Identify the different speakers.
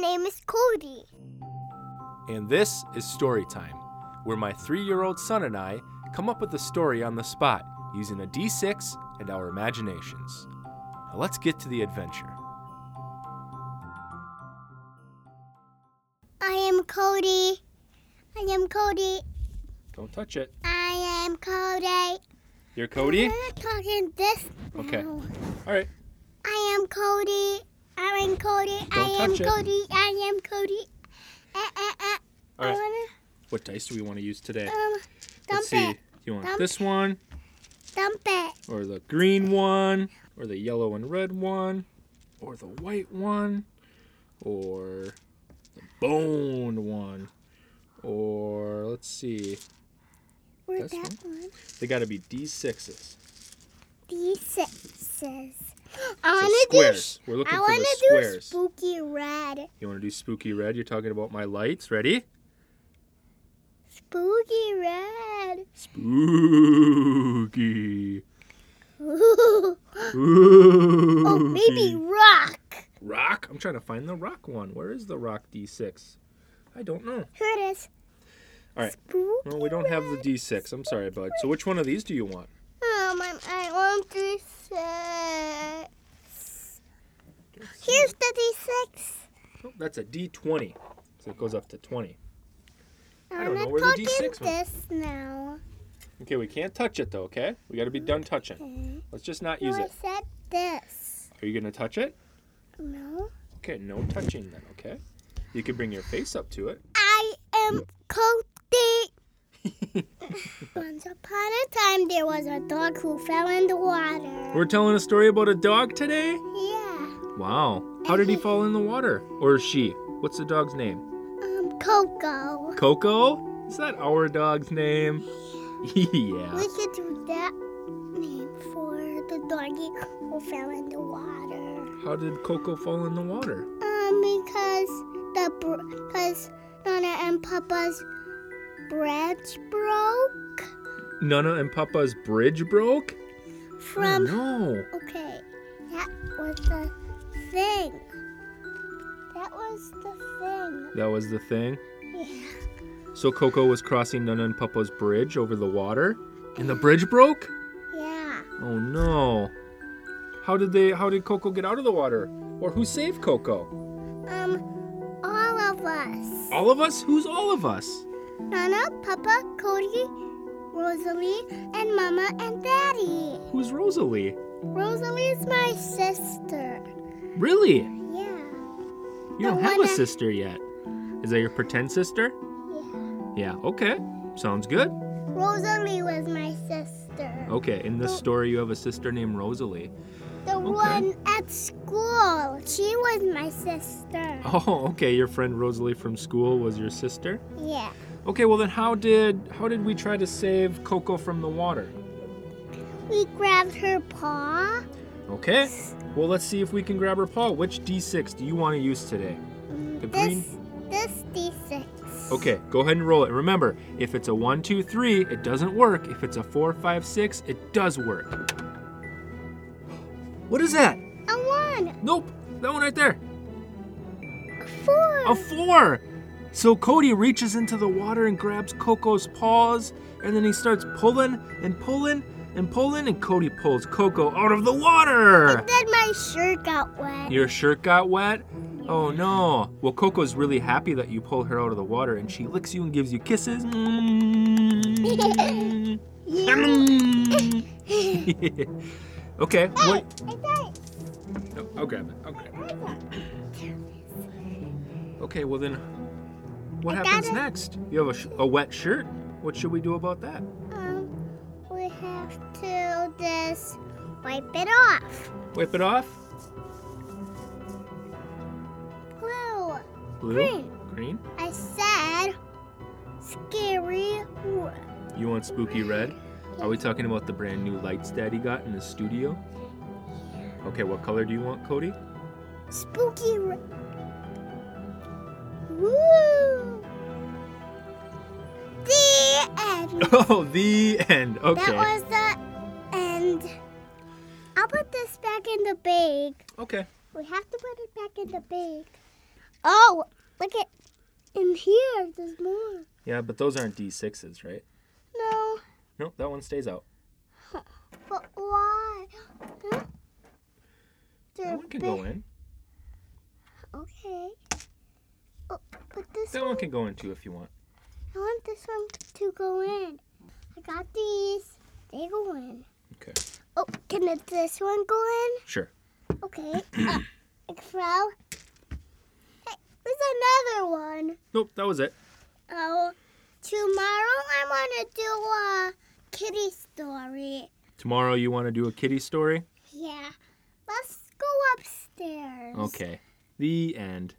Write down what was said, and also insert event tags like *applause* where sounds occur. Speaker 1: name is Cody.
Speaker 2: And this is story time, where my three year old son and I come up with a story on the spot using a d6 and our imaginations. Now let's get to the adventure.
Speaker 1: I am Cody. I am Cody.
Speaker 2: Don't touch it.
Speaker 1: I am Cody.
Speaker 2: You're Cody?
Speaker 1: We're not talking this.
Speaker 2: Okay.
Speaker 1: now.
Speaker 2: All right.
Speaker 1: I am Cody. I am Cody.
Speaker 2: Don't
Speaker 1: I am
Speaker 2: touch it.
Speaker 1: Cody. I am Cody. Uh, uh, uh.
Speaker 2: All
Speaker 1: I
Speaker 2: right.
Speaker 1: wanna
Speaker 2: What dice do we want to use today?
Speaker 1: um, dump
Speaker 2: Let's see.
Speaker 1: it.
Speaker 2: Do you want
Speaker 1: Dump
Speaker 2: this one,
Speaker 1: Dump it.
Speaker 2: or the green one, or the yellow and red one, or the white one, or the bone one, or let's see.
Speaker 1: Or
Speaker 2: This
Speaker 1: that one.
Speaker 2: They got to be D6s.
Speaker 1: These sixes.
Speaker 2: So
Speaker 1: I wanna do.
Speaker 2: squares. We're looking
Speaker 1: I
Speaker 2: for the
Speaker 1: wanna do a
Speaker 2: squares.
Speaker 1: spooky red.
Speaker 2: you want to do spooky red? You're talking about my lights. Ready?
Speaker 1: Spooky red. *laughs*
Speaker 2: Spooky.
Speaker 1: Ooh. Oh, maybe
Speaker 2: Spooky.
Speaker 1: rock.
Speaker 2: Rock? I'm trying to find the rock one. Where is the rock D6? I don't know.
Speaker 1: Here it is.
Speaker 2: All right.
Speaker 1: Spooky
Speaker 2: Well, we don't have the
Speaker 1: red.
Speaker 2: D6. I'm sorry, bud. So which one of these do you want?
Speaker 1: Um, I, I want to say. Here's the D6.
Speaker 2: Oh, that's a D20. So it goes up to 20. I
Speaker 1: I'm
Speaker 2: don't know
Speaker 1: not
Speaker 2: where the
Speaker 1: talking
Speaker 2: D6 went.
Speaker 1: this now.
Speaker 2: Okay, we can't touch it though, okay? We got to be done touching.
Speaker 1: Okay.
Speaker 2: Let's just not
Speaker 1: No,
Speaker 2: use
Speaker 1: I
Speaker 2: it.
Speaker 1: said this.
Speaker 2: Are you going to touch it?
Speaker 1: No.
Speaker 2: Okay, no touching then, okay? You could bring your face up to it.
Speaker 1: I am
Speaker 2: *laughs*
Speaker 1: Cody. Once upon a time, there was a dog who fell in the water.
Speaker 2: We're telling a story about a dog today?
Speaker 1: Yeah.
Speaker 2: Wow. How did he fall in the water? Or she? What's the dog's name?
Speaker 1: Um, Coco.
Speaker 2: Coco? Is that our dog's name? *laughs* yeah.
Speaker 1: We should do that name for the doggy who fell in the water.
Speaker 2: How did Coco fall in the water?
Speaker 1: Um, because the because Nana and Papa's branch broke
Speaker 2: Nana and Papa's bridge broke? Oh,
Speaker 1: from.
Speaker 2: no.
Speaker 1: Okay, that was the thing. That was the thing.
Speaker 2: That was the thing.
Speaker 1: Yeah.
Speaker 2: So Coco was crossing Nana and Papa's bridge over the water and the bridge broke?
Speaker 1: Yeah.
Speaker 2: Oh no. How did they how did Coco get out of the water? Or who saved Coco?
Speaker 1: Um, all of us.
Speaker 2: All of us? Who's all of us?
Speaker 1: Nana, Papa, Cody, Rosalie, and Mama and Daddy.
Speaker 2: Who's Rosalie?
Speaker 1: Rosalie is my sister.
Speaker 2: Really?
Speaker 1: Yeah.
Speaker 2: You don't
Speaker 1: The
Speaker 2: have
Speaker 1: one
Speaker 2: a
Speaker 1: that-
Speaker 2: sister yet. Is that your pretend sister?
Speaker 1: Yeah.
Speaker 2: Yeah, okay. Sounds good.
Speaker 1: Rosalie was my sister.
Speaker 2: Okay, in this story you have a sister named Rosalie. *laughs*
Speaker 1: The one at school. She was my sister.
Speaker 2: Oh, okay, your friend Rosalie from school was your sister?
Speaker 1: Yeah.
Speaker 2: Okay, well then how did how did we try to save Coco from the water?
Speaker 1: We grabbed her paw.
Speaker 2: Okay. Well, let's see if we can grab her paw. Which D6 do you want to use today?
Speaker 1: Mm,
Speaker 2: The
Speaker 1: this this D6.
Speaker 2: Okay, go ahead and roll it. Remember, if it's a one, two, three, it doesn't work. If it's a four, five, six, it does work. What is that?
Speaker 1: A one.
Speaker 2: Nope. That one right there.
Speaker 1: A four.
Speaker 2: A four. So Cody reaches into the water and grabs Coco's paws, and then he starts pulling and pulling and pulling, and Cody pulls Coco out of the water.
Speaker 1: And then my shirt got wet.
Speaker 2: Your shirt got wet? Oh no. Well, Coco's really happy that you pull her out of the water, and she licks you and gives you kisses. *laughs* Mm.
Speaker 1: *laughs*
Speaker 2: *laughs* okay, what?
Speaker 1: I got
Speaker 2: No, I'll grab it. I'll grab
Speaker 1: I got it.
Speaker 2: it. Okay, well then, what
Speaker 1: I got
Speaker 2: happens
Speaker 1: it.
Speaker 2: next? You have a, sh- a wet shirt. What should we do about that?
Speaker 1: Um, we have to just wipe it off.
Speaker 2: Wipe it off?
Speaker 1: Blue.
Speaker 2: Blue?
Speaker 1: Green.
Speaker 2: Green?
Speaker 1: I said scary word.
Speaker 2: You want spooky red? Are we talking about the brand new lights Daddy got in the studio? Okay, what color do you want,
Speaker 1: *laughs*
Speaker 2: Cody?
Speaker 1: Spooky red. Woo! The
Speaker 2: *laughs*
Speaker 1: end.
Speaker 2: Oh, the end. Okay.
Speaker 1: That was the end. I'll put this back in the bag.
Speaker 2: Okay.
Speaker 1: We have to put it back in the bag. Oh, Look at in here. There's more.
Speaker 2: Yeah, but those aren't D6s, right?
Speaker 1: No,
Speaker 2: Nope, that one stays out.
Speaker 1: but why? Huh?
Speaker 2: That
Speaker 1: They're
Speaker 2: one can
Speaker 1: big.
Speaker 2: go in.
Speaker 1: Okay. Oh, but this
Speaker 2: That one can go in too if you want.
Speaker 1: I want this one to go in. I got these. They go in.
Speaker 2: Okay.
Speaker 1: Oh, can it, this one go in?
Speaker 2: Sure.
Speaker 1: Okay. *coughs* uh, Frau. Hey, there's another one.
Speaker 2: Nope, that was it.
Speaker 1: Oh, tomorrow I want to do a kitty story.
Speaker 2: Tomorrow you want to do a kitty story?
Speaker 1: Yeah. Let's go upstairs.
Speaker 2: Okay. The end.